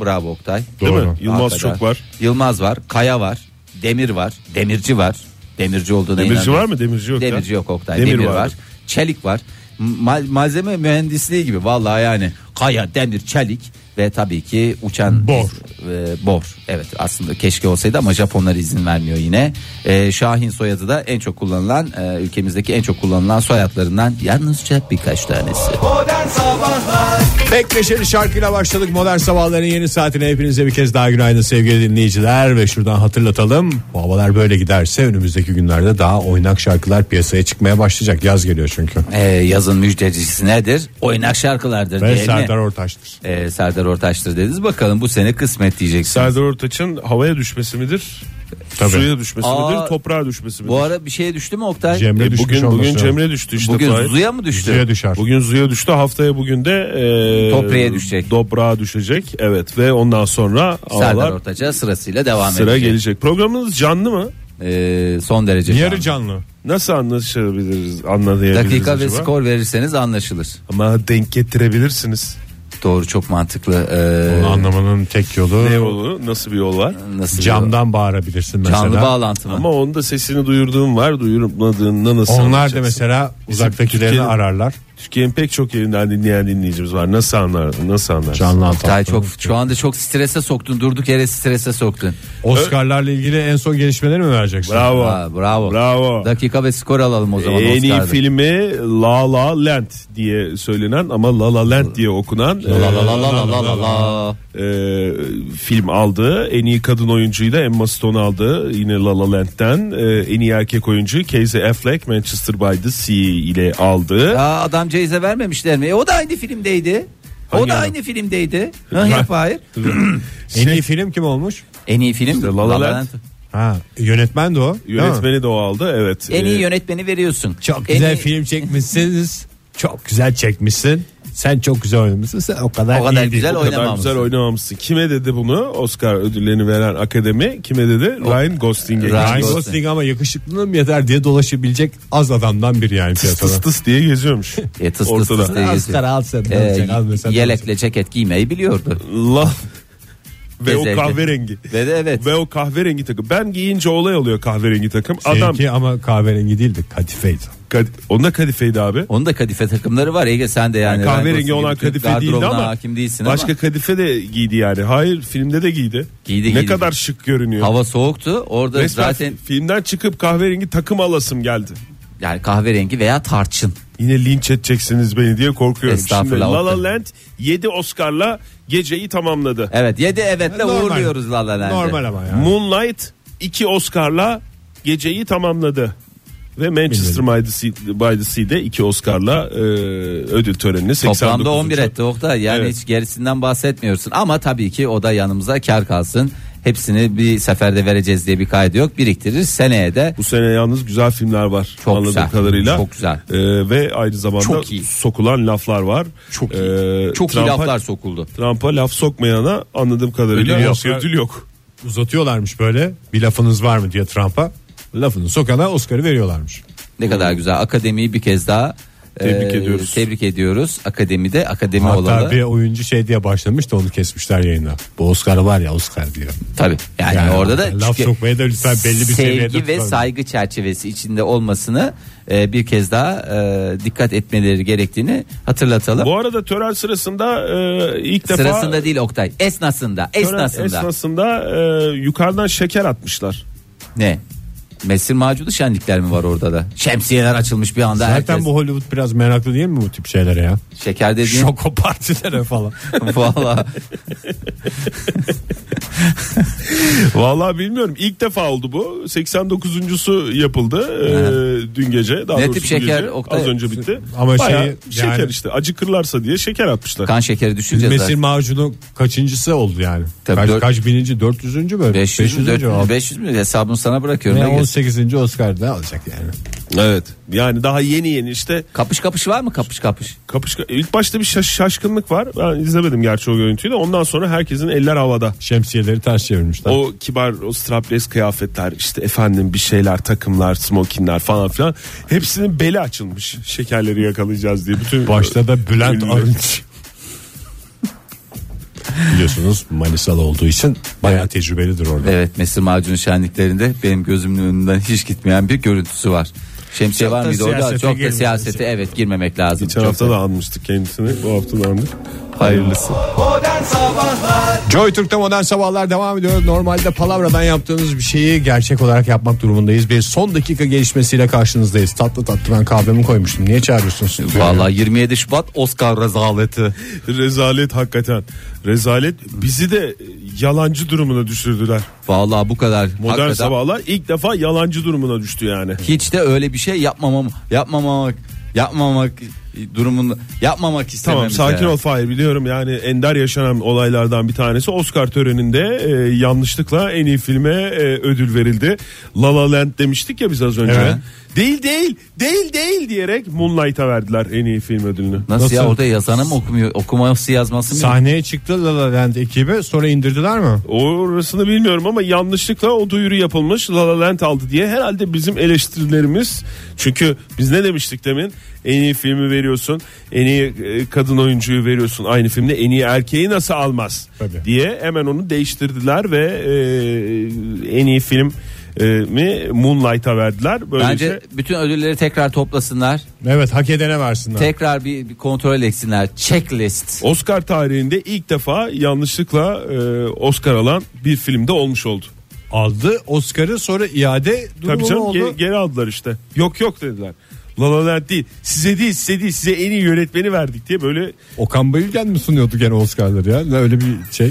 Speaker 4: bravo Oktay.
Speaker 5: Değil
Speaker 3: Doğru.
Speaker 5: mi? Yılmaz
Speaker 4: Hakikaten.
Speaker 5: çok var.
Speaker 4: Yılmaz var, Kaya var, Demir var, Demirci var. Demirci olduğuna
Speaker 5: Demirci
Speaker 4: inanıyorum.
Speaker 5: var mı? Demirci yok. ya.
Speaker 4: Demirci yok Oktay. Demir, var. Çelik var. Ma- malzeme mühendisliği gibi vallahi yani. Kaya, demir, çelik. ve tabii ki uçan
Speaker 3: Bor.
Speaker 4: E, bor. Evet aslında keşke olsaydı ama Japonlar izin vermiyor yine. E, Şahin soyadı da en çok kullanılan e, ülkemizdeki en çok kullanılan soyadlarından yalnızca birkaç tanesi.
Speaker 7: Modern Sabahlar
Speaker 3: Pek neşeli şarkıyla başladık modern sabahların yeni saatine hepinize bir kez daha günaydın sevgili dinleyiciler ve şuradan hatırlatalım bu havalar böyle giderse önümüzdeki günlerde daha oynak şarkılar piyasaya çıkmaya başlayacak yaz geliyor çünkü
Speaker 4: E, yazın müjdecisi nedir? Oynak şarkılardır
Speaker 3: ve
Speaker 4: değil mi?
Speaker 3: Serdar Ortaç'tır.
Speaker 4: E, Serdar Ortaç'tır dediniz bakalım bu sene kısmet diyeceksin.
Speaker 5: Serdar Ortaç'ın havaya düşmesi midir?
Speaker 3: Tabii.
Speaker 5: Suya düşmesi
Speaker 4: Aa,
Speaker 5: midir? Toprağa düşmesi midir?
Speaker 4: Bu ara bir şeye düştü mü
Speaker 3: Cem-
Speaker 4: Oktay?
Speaker 3: Cemre
Speaker 5: E,
Speaker 3: düşmüş
Speaker 5: bugün
Speaker 3: olması
Speaker 5: bugün
Speaker 3: lazım.
Speaker 5: Cemre düştü işte.
Speaker 4: Bugün
Speaker 5: Fahir.
Speaker 4: Zuya mı düştü?
Speaker 3: Suya düşer.
Speaker 5: Bugün Zuya düştü. Haftaya bugün de e,
Speaker 4: Topraya düşecek.
Speaker 5: Toprağa düşecek. Evet ve ondan sonra
Speaker 4: Serdar
Speaker 5: havalar
Speaker 4: Ortaç'a sırasıyla devam
Speaker 5: sıra
Speaker 4: edecek.
Speaker 5: gelecek. Programınız canlı mı?
Speaker 4: Ee, son derece.
Speaker 3: Yarı
Speaker 4: canlı.
Speaker 3: canlı.
Speaker 5: Nasıl anlaşabiliriz? Anlayabiliriz
Speaker 4: Dakika ve
Speaker 5: acaba?
Speaker 4: skor verirseniz anlaşılır.
Speaker 5: Ama denk getirebilirsiniz.
Speaker 4: Doğru çok mantıklı. Ee,
Speaker 3: Bunu anlamanın tek yolu
Speaker 5: Ne olur? Nasıl bir yol var?
Speaker 4: nasıl
Speaker 3: camdan bağırabilirsin mesela.
Speaker 4: Canlı bağlantı mı?
Speaker 5: Ama onun da sesini duyurduğum var. Duyurmadığında nasıl
Speaker 3: Onlar da
Speaker 5: anlayacaksın?
Speaker 3: mesela uzaktakilerini
Speaker 5: Türkiye'nin-
Speaker 3: ararlar.
Speaker 5: Türkiye'nin pek çok yerinden dinleyen dinleyicimiz var. Nasıl anlar? Nasıl anlar?
Speaker 3: Canlı
Speaker 4: Oktay
Speaker 3: anlatmak.
Speaker 4: çok şu anda çok strese soktun. Durduk yere strese soktun.
Speaker 3: Oscar'larla ilgili en son gelişmeleri mi vereceksin?
Speaker 5: Bravo.
Speaker 4: Aa, bravo.
Speaker 5: Bravo.
Speaker 4: Dakika ve skor alalım o zaman.
Speaker 5: en iyi
Speaker 4: Oscar'da.
Speaker 5: filmi La La Land diye söylenen ama La La Land diye okunan
Speaker 4: La
Speaker 5: e,
Speaker 4: la la la la la la.
Speaker 5: e, film aldı. En iyi kadın oyuncuyu da Emma Stone aldı. Yine La La Land'den. E, en iyi erkek oyuncuyu Casey Affleck Manchester by the Sea ile aldı.
Speaker 4: Aa, adam Ceyze vermemişler mi? E, o da aynı filmdeydi. o
Speaker 5: Hangi
Speaker 4: da
Speaker 5: adam?
Speaker 4: aynı filmdeydi. Ha, yap, hayır.
Speaker 3: En iyi film kim olmuş?
Speaker 4: En iyi film
Speaker 5: La La Land.
Speaker 3: Ha, yönetmen de o. değil mi?
Speaker 5: Yönetmeni de o aldı. Evet.
Speaker 4: En
Speaker 5: E,
Speaker 4: iyi yönetmeni veriyorsun.
Speaker 3: Çok
Speaker 4: En
Speaker 3: güzel
Speaker 4: iyi-
Speaker 3: film çekmişsiniz. çok güzel çekmişsin. Sen çok güzel oynamışsın. Sen o kadar,
Speaker 4: O kadar
Speaker 3: iyi değil.
Speaker 4: güzel
Speaker 3: O
Speaker 5: kadar
Speaker 4: oynamamışsın.
Speaker 5: güzel oynamamışsın. Kime dedi bunu? Oscar ödüllerini veren akademi kime dedi? Ryan Gosling'e.
Speaker 4: Ryan
Speaker 5: Ryan
Speaker 3: Ryan
Speaker 5: Gosling
Speaker 3: Gosling ama yakışıklılığım yeter diye dolaşabilecek az adamdan biri yani
Speaker 5: tıs tıs
Speaker 3: piyasada.
Speaker 5: tıs diye geziyormuş.
Speaker 4: E, tıs tıs
Speaker 5: Ortada.
Speaker 4: tıs diye geziyor.
Speaker 3: Oscar al sen,
Speaker 4: E,
Speaker 3: alacak, almasan alacak.
Speaker 4: yelekle ceket giymeyi biliyordu.
Speaker 5: La ve o
Speaker 4: Özellikle.
Speaker 5: kahverengi.
Speaker 4: Ve de evet.
Speaker 5: Ve o kahverengi takım. Ben giyince olay oluyor kahverengi takım. Adam
Speaker 3: Seninki ama kahverengi değildi. Katifeydi.
Speaker 5: Kad- onda kadifeydi abi.
Speaker 4: Onun da kadife takımları var Ege sen de yani.
Speaker 5: Yani
Speaker 4: Ryan
Speaker 5: kahverengi
Speaker 4: Gosling
Speaker 5: olan
Speaker 4: gibi Türk
Speaker 5: kadife değildi
Speaker 4: gardırobuna
Speaker 5: ama
Speaker 4: hakim değilsin
Speaker 5: başka
Speaker 4: ama
Speaker 5: kadife de giydi yani. Hayır filmde de giydi.
Speaker 4: Giydi,
Speaker 5: ne
Speaker 4: giydi.
Speaker 5: kadar şık görünüyor.
Speaker 4: hava soğuktu. Orada
Speaker 5: Resmen
Speaker 4: zaten
Speaker 5: filmden çıkıp kahverengi takım alasım geldi.
Speaker 4: yani kahverengi veya tarçın.
Speaker 5: Yine linç edeceksiniz beni diye korkuyorum. Şimdi
Speaker 4: Estağfurullah,
Speaker 5: La La
Speaker 4: Oktay.
Speaker 5: Land 7 Oscar'la geceyi tamamladı.
Speaker 4: Evet 7 evetle
Speaker 3: Normal.
Speaker 4: uğurluyoruz La La Land'i.
Speaker 3: Normal ama yani.
Speaker 5: Moonlight 2 Oscar'la geceyi tamamladı. Ve Manchester by the, sea, by the Sea'de 2 Oscar'la e, ödül törenini 89.
Speaker 4: Toplamda 11 etti Oktay. Yani
Speaker 5: Evet.
Speaker 4: hiç gerisinden bahsetmiyorsun. Ama tabii ki o da yanımıza kar kalsın. Hepsini bir seferde vereceğiz diye bir kaydı yok. Biriktirir seneye de
Speaker 5: Bu sene yalnız güzel filmler var
Speaker 4: Çok
Speaker 5: anladığım
Speaker 4: güzel,
Speaker 5: kadarıyla.
Speaker 4: çok güzel.
Speaker 5: E, ve aynı zamanda
Speaker 4: Çok iyi.
Speaker 5: sokulan laflar var.
Speaker 4: çok iyi,
Speaker 5: E,
Speaker 4: çok iyi
Speaker 5: Trump'a-
Speaker 4: laflar Ee, sokuldu.
Speaker 5: Trump'a laf sokmayana anladığım kadarıyla
Speaker 3: Ödül yok.
Speaker 5: Oscar ödül yok.
Speaker 3: Uzatıyorlarmış böyle. Bir lafınız var mı diye Trump'a. Lafını sokana Oscar'ı veriyorlarmış.
Speaker 4: Ne kadar güzel. Akademiyi bir kez daha e,
Speaker 5: Tebrik ediyoruz.
Speaker 4: Tebrik ediyoruz. Akademide akademi
Speaker 3: Hatta
Speaker 4: olalı.
Speaker 3: bir oyuncu şey diye başlamış da onu kesmişler yayına. Bu Oscar var ya Oscar diyor.
Speaker 4: Tabii. Yani,
Speaker 3: Yani
Speaker 4: orada da
Speaker 3: laf
Speaker 4: çünkü
Speaker 3: sokmaya da lütfen belli bir seviyede
Speaker 4: sevgi ve
Speaker 3: tutalım.
Speaker 4: saygı çerçevesi içinde olmasını e, bir kez daha e, dikkat etmeleri gerektiğini hatırlatalım.
Speaker 5: Bu arada tören sırasında e, ilk defa
Speaker 4: Sırasında değil Oktay. Esnasında.
Speaker 5: tören
Speaker 4: Esnasında.
Speaker 5: esnasında, e, yukarıdan şeker atmışlar.
Speaker 4: Ne? Mesir macudu şenlikler mi var orada da? Şemsiyeler açılmış bir anda
Speaker 3: Zaten
Speaker 4: herkes.
Speaker 3: bu Hollywood biraz meraklı değil mi bu tip şeylere ya?
Speaker 4: Şeker dediğin
Speaker 3: Şoko partilere falan.
Speaker 4: valla
Speaker 5: Vallahi bilmiyorum. İlk defa oldu bu. 89.sü yapıldı e, dün gece. Daha
Speaker 4: Ne
Speaker 5: doğrusu
Speaker 4: tip
Speaker 5: bu
Speaker 4: şeker,
Speaker 5: gece.
Speaker 4: Oktay?
Speaker 5: Az önce bitti.
Speaker 3: Ama
Speaker 5: Ama Bayağı
Speaker 3: şeyi
Speaker 5: şeker
Speaker 3: yani-
Speaker 5: işte. Acıkırlarsa diye şeker atmışlar.
Speaker 4: kan şekeri düşünce
Speaker 3: Mesir
Speaker 4: zaten.
Speaker 3: macunu kaçıncısı oldu yani?
Speaker 4: Tabii
Speaker 3: kaç,
Speaker 4: dört-
Speaker 3: kaç bininci? 400. böyle?
Speaker 4: 500
Speaker 3: 500.
Speaker 4: mü 400
Speaker 3: oldu.
Speaker 4: 500 mü hesabını sana bırakıyorum.
Speaker 3: Yani
Speaker 4: Ne
Speaker 3: 18. Oscar'da alacak yani.
Speaker 5: Evet. Yani daha yeni yeni işte
Speaker 4: Kapış kapış var mı kapış kapış?
Speaker 5: kapış ilk başta bir şaş- şaşkınlık var. Ben izlemedim gerçi o görüntüyü de. Ondan sonra herkesin eller havada.
Speaker 3: Şemsiyeleri ters çevirmişler.
Speaker 5: O kibar o strapless kıyafetler işte efendim bir şeyler takımlar smokinler falan filan hepsinin beli açılmış şekerleri yakalayacağız diye bütün
Speaker 3: Başta da Bülent
Speaker 5: Ünlü.
Speaker 3: Arınç. Biliyorsunuz Manisalı olduğu için bayağı tecrübelidir orada.
Speaker 4: Evet Mesir macunu şenliklerinde benim gözümün önünden hiç gitmeyen bir görüntüsü var. Şemsiye var
Speaker 8: da
Speaker 4: mıydı orada?
Speaker 8: siyasete
Speaker 4: Çok da
Speaker 8: girmeyeceğiz.
Speaker 4: siyasete evet girmemek lazım.
Speaker 5: Geçen
Speaker 4: Çok
Speaker 5: hafta da anmıştık kendisini. Bu hafta da andık. Hayırlısı.
Speaker 9: Modern Sabahlar
Speaker 3: Joy Türk'te modern sabahlar devam ediyor. Normalde palavradan yaptığımız bir şeyi gerçek olarak yapmak durumundayız. Bir son dakika gelişmesiyle karşınızdayız. Tatlı tatlı ben kahvemi koymuştum. Niye çağırıyorsunuz?
Speaker 4: Vallahi 27 Şubat Oscar rezaleti.
Speaker 5: Rezalet hakikaten. Rezalet bizi de yalancı durumuna düşürdüler.
Speaker 4: Vallahi bu kadar.
Speaker 5: Modern
Speaker 4: Hakikaten
Speaker 5: sabahlar ilk defa yalancı durumuna düştü yani.
Speaker 4: Hiç de öyle bir şey yapmamam yapmamak yapmamak durumun yapmamak istememiz.
Speaker 5: Tamam sakin
Speaker 4: yani.
Speaker 5: ol Fahir biliyorum yani ender yaşanan olaylardan bir tanesi Oscar töreninde e, yanlışlıkla en iyi filme e, ödül verildi. La La Land demiştik ya biz az önce.
Speaker 4: Evet.
Speaker 5: Değil değil değil değil diyerek Moonlight'a verdiler en iyi film ödülünü.
Speaker 4: Nasıl, ya orada yazanı mı okumuyor? Okuması yazması mı?
Speaker 3: Sahneye çıktı La La Land ekibi sonra indirdiler mi?
Speaker 5: Orasını bilmiyorum ama yanlışlıkla o duyuru yapılmış La La Land aldı diye herhalde bizim eleştirilerimiz çünkü biz ne demiştik demin en iyi filmi veriyorsun en iyi e, kadın oyuncuyu veriyorsun aynı filmde en iyi erkeği nasıl almaz
Speaker 3: Tabii.
Speaker 5: diye hemen onu değiştirdiler ve e, en iyi film e, mi Moonlight'a verdiler böylece
Speaker 4: Bence bütün ödülleri tekrar toplasınlar.
Speaker 3: Evet hak edene versinler.
Speaker 4: Tekrar bir, bir kontrol etsinler. Checklist.
Speaker 5: Oscar tarihinde ilk defa yanlışlıkla e, Oscar alan bir filmde olmuş oldu.
Speaker 3: Aldı Oscar'ı sonra iade
Speaker 5: Tabii
Speaker 3: durumu
Speaker 5: canım
Speaker 3: oldu.
Speaker 5: ge- geri aldılar işte. Yok yok dediler. La La Land değil. Size değil size değil size en iyi yönetmeni verdik diye böyle
Speaker 3: Okan Bayülgen mi sunuyordu gene Oscar'ları ya? Ne Öyle bir şey.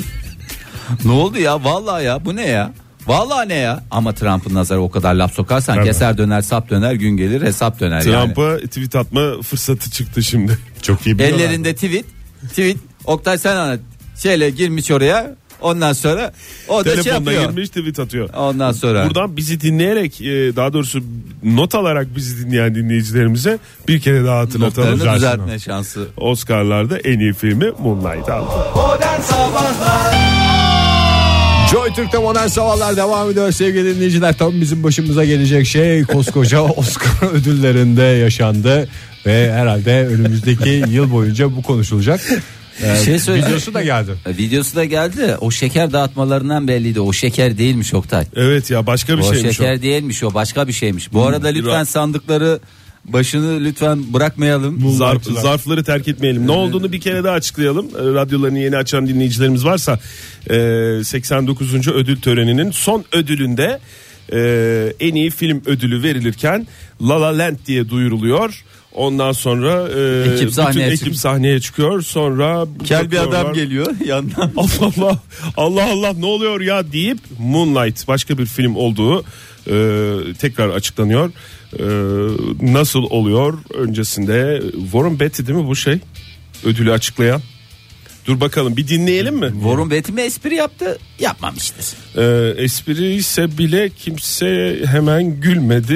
Speaker 4: ne oldu ya? Vallahi ya bu ne ya? Vallahi ne ya? Ama Trump'ın nazarı o kadar laf sokarsan keser döner sap döner gün gelir hesap döner yani.
Speaker 5: Trump'a tweet atma fırsatı çıktı şimdi.
Speaker 3: Çok iyi
Speaker 4: Ellerinde tweet. Tweet. Oktay sen anlat. Şeyle girmiş oraya. Ondan sonra o da şey
Speaker 5: Telefonla
Speaker 4: yapıyor.
Speaker 5: girmiş tweet atıyor.
Speaker 4: Ondan sonra.
Speaker 5: Buradan bizi dinleyerek e, daha doğrusu not alarak bizi dinleyen dinleyicilerimize bir kere daha hatırlatalım.
Speaker 4: notlarını
Speaker 5: Zaten
Speaker 4: düzeltme şansı.
Speaker 5: Oscar'larda en iyi filmi Moonlight aldı.
Speaker 9: Modern Sabahlar
Speaker 3: Joy Türk'te modern sabahlar devam ediyor sevgili dinleyiciler. Tam bizim başımıza gelecek şey koskoca Oscar ödüllerinde yaşandı. Ve herhalde önümüzdeki yıl boyunca bu konuşulacak. Ee,
Speaker 4: şey söyleyeyim.
Speaker 3: videosu da geldi.
Speaker 4: E, Videosu da geldi. O şeker dağıtmalarından belliydi. O şeker değilmiş Oktay.
Speaker 5: Evet ya başka bir
Speaker 4: O
Speaker 5: şeymiş Hmm,
Speaker 4: şeker değilmiş o başka bir şeymiş. Bu arada lütfen
Speaker 5: biraz-
Speaker 4: sandıkları başını lütfen bırakmayalım.
Speaker 5: o. Zarf, zarfları terk etmeyelim. Ne olduğunu bir kere daha açıklayalım. E, Radyolarını yeni açan dinleyicilerimiz varsa e, 89. ödül töreninin son ödülünde e, en iyi film ödülü verilirken La La Land diye duyuruluyor. Ondan sonra e,
Speaker 4: Ekip sahneye
Speaker 5: bütün ekip
Speaker 4: çıkıyor.
Speaker 5: sahneye çıkıyor. Sonra
Speaker 4: Kel bir adam
Speaker 5: bakıyorlar.
Speaker 4: geliyor yandan.
Speaker 5: Allah Allah Allah Allah ne oluyor ya deyip Moonlight başka bir film olduğu e, tekrar açıklanıyor. E, nasıl oluyor öncesinde Warren Beatty değil mi bu şey ödülü açıklayan? Dur bakalım bir dinleyelim mi?
Speaker 4: Warren Beatty mi espri yaptı? Yapmamıştır.
Speaker 5: E, espri ise bile kimse hemen gülmedi.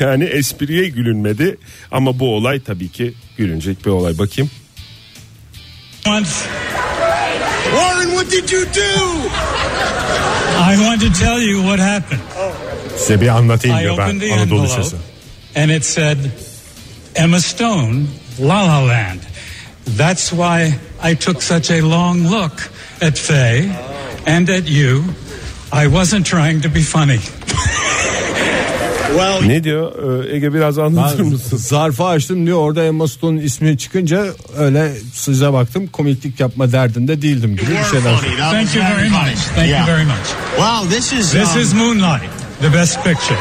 Speaker 5: E, yani espriye gülünmedi. Ama bu olay tabii ki gülünecek bir olay. Bakayım.
Speaker 10: Once
Speaker 9: Warren what did you do?
Speaker 10: I want to tell you what happened.
Speaker 3: Size bir anlatayım
Speaker 10: I
Speaker 3: diyor
Speaker 10: opened the
Speaker 3: ben Anadolu
Speaker 10: envelope
Speaker 3: Sesi.
Speaker 10: and it said Emma Stone, La La Land. That's why I took such a long look at Faye and at you. I wasn't trying to be funny.
Speaker 5: Ne diyor? E, Ege biraz anlatır
Speaker 3: Ben
Speaker 5: mısın?
Speaker 3: zarfı açtım diyor orada Emma Stone'un ismi çıkınca öyle size baktım komiklik yapma derdinde değildim gibi bir şeyler. söyledi.
Speaker 10: Thank you very much. Thank you very much.
Speaker 11: Wow, this is
Speaker 10: This
Speaker 11: um,
Speaker 10: is Moonlight, the best picture.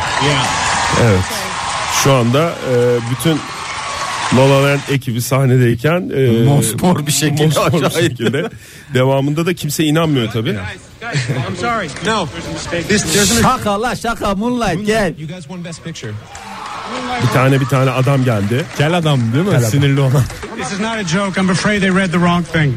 Speaker 5: Şu anda e, bütün La La Land ekibi sahnedeyken e,
Speaker 4: Mosmor bir şekilde
Speaker 5: mosmor bir
Speaker 4: aşağıydı.
Speaker 5: şekilde. devamında da kimse inanmıyor tabi.
Speaker 4: Şaka la şaka Moonlight gel.
Speaker 5: Bir tane bir tane adam geldi.
Speaker 3: Kel adam değil mi? Sinirli olan.
Speaker 10: This is not a joke. I'm afraid they read the wrong thing.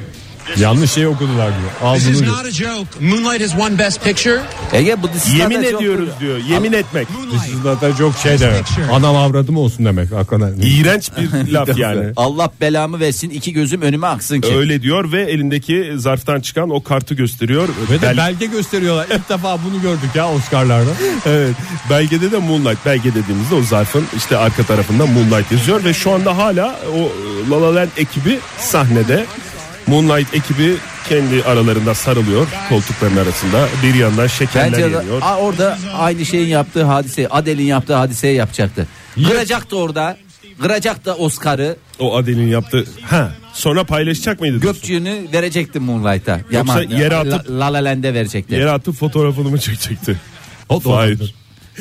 Speaker 3: Yanlış şey okudular diyor. Al
Speaker 11: this
Speaker 3: bunu
Speaker 11: is
Speaker 3: diyor.
Speaker 11: not a joke. Moonlight has won Best Picture.
Speaker 4: Ege bu dizisi
Speaker 5: Yemin
Speaker 4: zaten çok-
Speaker 5: ediyoruz diyor. Yemin etmek.
Speaker 3: This is not a joke şey demek. Anam avradım olsun demek. Hakikaten.
Speaker 5: İğrenç bir laf yani.
Speaker 4: Allah belamı versin iki gözüm önüme aksın ki.
Speaker 5: Öyle diyor ve elindeki zarftan çıkan o kartı gösteriyor.
Speaker 3: Ve de
Speaker 5: Bel-
Speaker 3: belge gösteriyorlar. İlk defa bunu gördük ya Oscar'larda.
Speaker 5: evet. Belgede de Moonlight belge dediğimizde o zarfın işte arka tarafında Moonlight yazıyor ve şu anda hala o e, La La Land ekibi sahnede. Moonlight ekibi kendi aralarında sarılıyor koltukların arasında. Bir yandan şekerler
Speaker 4: Bence
Speaker 5: yeniyor.
Speaker 4: a- orada aynı şeyin yaptığı hadise Adele'in yaptığı hadiseyi yapacaktı. Kıracak da orada. Kıracak da Oscar'ı.
Speaker 5: O Adele'in yaptığı. Ha. Sonra paylaşacak mıydı? diyorsun?
Speaker 4: Göpçüğünü verecekti Moonlight'a. Yaman,
Speaker 5: yere atıp-
Speaker 4: La, La La Land'e verecekti.
Speaker 5: Yere atıp fotoğrafını mı çekecekti? O Hayır.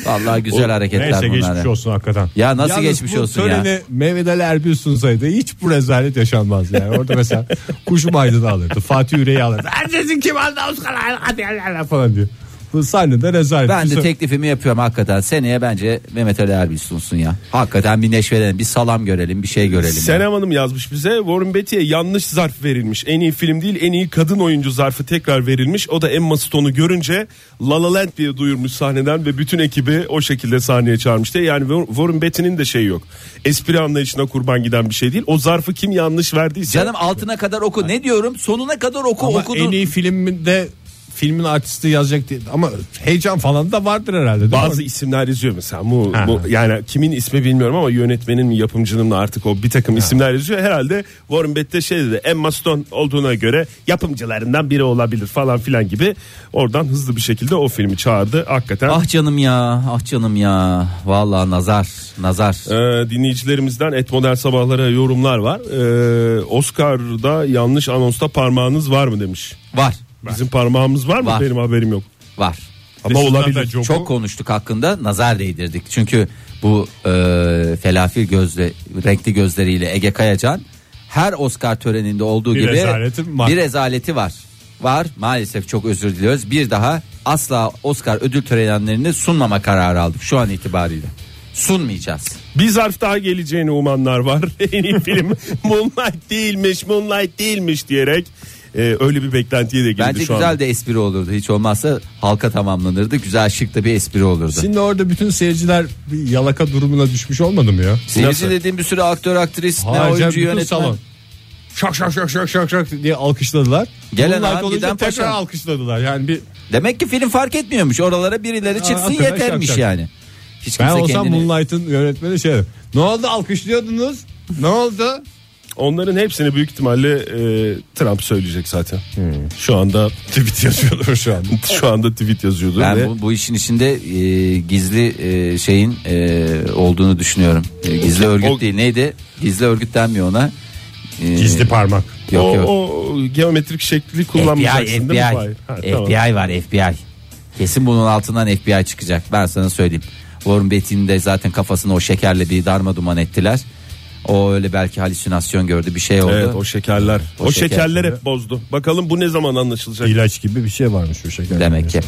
Speaker 4: Vallahi güzel hareketler
Speaker 12: Neyse
Speaker 4: bunlar.
Speaker 12: geçmiş olsun hakikaten.
Speaker 4: Ya nasıl
Speaker 3: Yalnız
Speaker 4: geçmiş
Speaker 3: bu
Speaker 4: olsun ya?
Speaker 3: törene Mehmet Ali Erbil sunsaydı hiç bu rezalet yaşanmaz yani. Orada mesela kuşum aydını alırdı. Fatih Yüreği alırdı. Herkesin kim aldı Oscar hadi hadi, hadi falan diyor. Bu sahnede rezalet.
Speaker 4: Ben de
Speaker 3: Kusura-
Speaker 4: teklifimi yapıyorum hakikaten. Seneye bence Mehmet Ali Erbil sunsun ya. Hakikaten bir neşvelenelim, bir salam görelim, bir şey görelim. ya.
Speaker 5: Senem Hanım yazmış bize Warren Beatty'ye yanlış zarf verilmiş. En iyi film değil en iyi kadın oyuncu zarfı tekrar verilmiş. O da Emma Stone'u görünce La La Land diye duyurmuş sahneden ve bütün ekibi o şekilde sahneye çağırmıştı. Yani War- Warren Beatty'nin de şey yok. Espri anlayışına kurban giden bir şey değil. O zarfı kim yanlış verdiyse.
Speaker 4: Canım altına kadar oku. Ne diyorum? Sonuna kadar oku
Speaker 3: Ama
Speaker 4: okudun.
Speaker 3: en iyi filmde filmin artisti yazacak diye. Ama heyecan falan da vardır herhalde. değil mi?
Speaker 5: Bazı isimler yazıyor mesela bu, bu- yani kimin ismi bilmiyorum ama yönetmenin mi yapımcının mı artık o bir takım isimler yazıyor. Herhalde Warren Beatty de şey dedi Emma Stone olduğuna göre yapımcılarından biri olabilir falan filan gibi oradan hızlı bir şekilde o filmi çağırdı hakikaten.
Speaker 4: Ah canım ya, ah canım ya. Vallahi nazar, nazar.
Speaker 5: Ee, dinleyicilerimizden et model sabahlara yorumlar var. Ee, Oscar'da yanlış anonsta parmağınız var mı demiş.
Speaker 4: Var,
Speaker 5: Bizim parmağımız var mı?
Speaker 4: Var.
Speaker 5: Benim haberim yok.
Speaker 4: var.
Speaker 5: Ama
Speaker 12: Sizden de
Speaker 5: olabilir.
Speaker 12: Cobu.
Speaker 4: Çok konuştuk hakkında nazar değdirdik. Çünkü bu e, felafil gözle renkli gözleriyle Ege Kayacan her Oscar töreninde olduğu
Speaker 12: Bir
Speaker 4: gibi
Speaker 12: rezaleti var.
Speaker 4: bir rezaleti var. Var maalesef çok özür diliyoruz. Bir daha asla Oscar ödül törenlerini sunmama kararı aldık şu an itibariyle. Sunmayacağız.
Speaker 5: Bir zarf daha geleceğini umanlar var. en iyi film Moonlight değilmiş, Moonlight değilmiş diyerek e, öyle bir beklentiye de girdi
Speaker 4: Bence
Speaker 5: şu
Speaker 4: güzel
Speaker 5: an.
Speaker 4: de espri olurdu. Hiç olmazsa halka tamamlanırdı. Güzel şık da bir espri olurdu.
Speaker 3: Şimdi orada bütün seyirciler bir yalaka durumuna düşmüş olmadı mı ya?
Speaker 4: Seyirci dediğim bir sürü aktör, aktris, ne
Speaker 3: Hayır,
Speaker 4: oyuncu,
Speaker 3: bütün
Speaker 4: yönetmen.
Speaker 3: salon. Şak şak şak şak şak şak diye alkışladılar.
Speaker 4: Gelen
Speaker 3: Moonlight
Speaker 4: ağam
Speaker 3: olunca
Speaker 4: giden
Speaker 3: tekrar
Speaker 4: paşa.
Speaker 3: alkışladılar. Yani bir
Speaker 4: Demek ki film fark etmiyormuş. Oralara birileri çıksın
Speaker 3: hakikaten
Speaker 4: yetermiş
Speaker 3: şak şak.
Speaker 4: yani. Hiç
Speaker 3: ben
Speaker 4: kimse
Speaker 3: olsam
Speaker 4: kendini-
Speaker 3: Moonlight'ın yönetmeni şey derim. Ne oldu alkışlıyordunuz? ne oldu?
Speaker 5: Onların hepsini büyük ihtimalle e, Trump söyleyecek zaten.
Speaker 4: Hmm.
Speaker 5: Şu anda tweet yazıyordur şu anda. şu anda tweet yazıyordur
Speaker 4: Ben
Speaker 5: ve
Speaker 4: bu, bu işin içinde e, gizli e, şeyin e, olduğunu düşünüyorum. E, gizli örgüt
Speaker 5: O-
Speaker 4: değil. Neydi? Gizli örgüt denmiyor ona. E,
Speaker 12: Gizli parmak.
Speaker 4: Yok
Speaker 5: o,
Speaker 4: yok.
Speaker 5: o geometrik şekli
Speaker 4: FBI,
Speaker 5: kullanmayacaksın
Speaker 4: FBI.
Speaker 5: değil mi? Fahir? Ha,
Speaker 4: FBI
Speaker 5: tamam.
Speaker 4: var FBI. Kesin bunun altından FBI çıkacak. Ben sana söyleyeyim. Warren Beatty'nin de zaten kafasını o şekerle bir darma duman ettiler. O öyle belki halüsinasyon gördü bir şey oldu.
Speaker 5: Evet o şekerler. O,
Speaker 4: O şeker.
Speaker 5: şekerler hep bozdu. Bakalım bu ne zaman anlaşılacak?
Speaker 12: İlaç gibi bir şey varmış o şeker.
Speaker 4: Demek ki.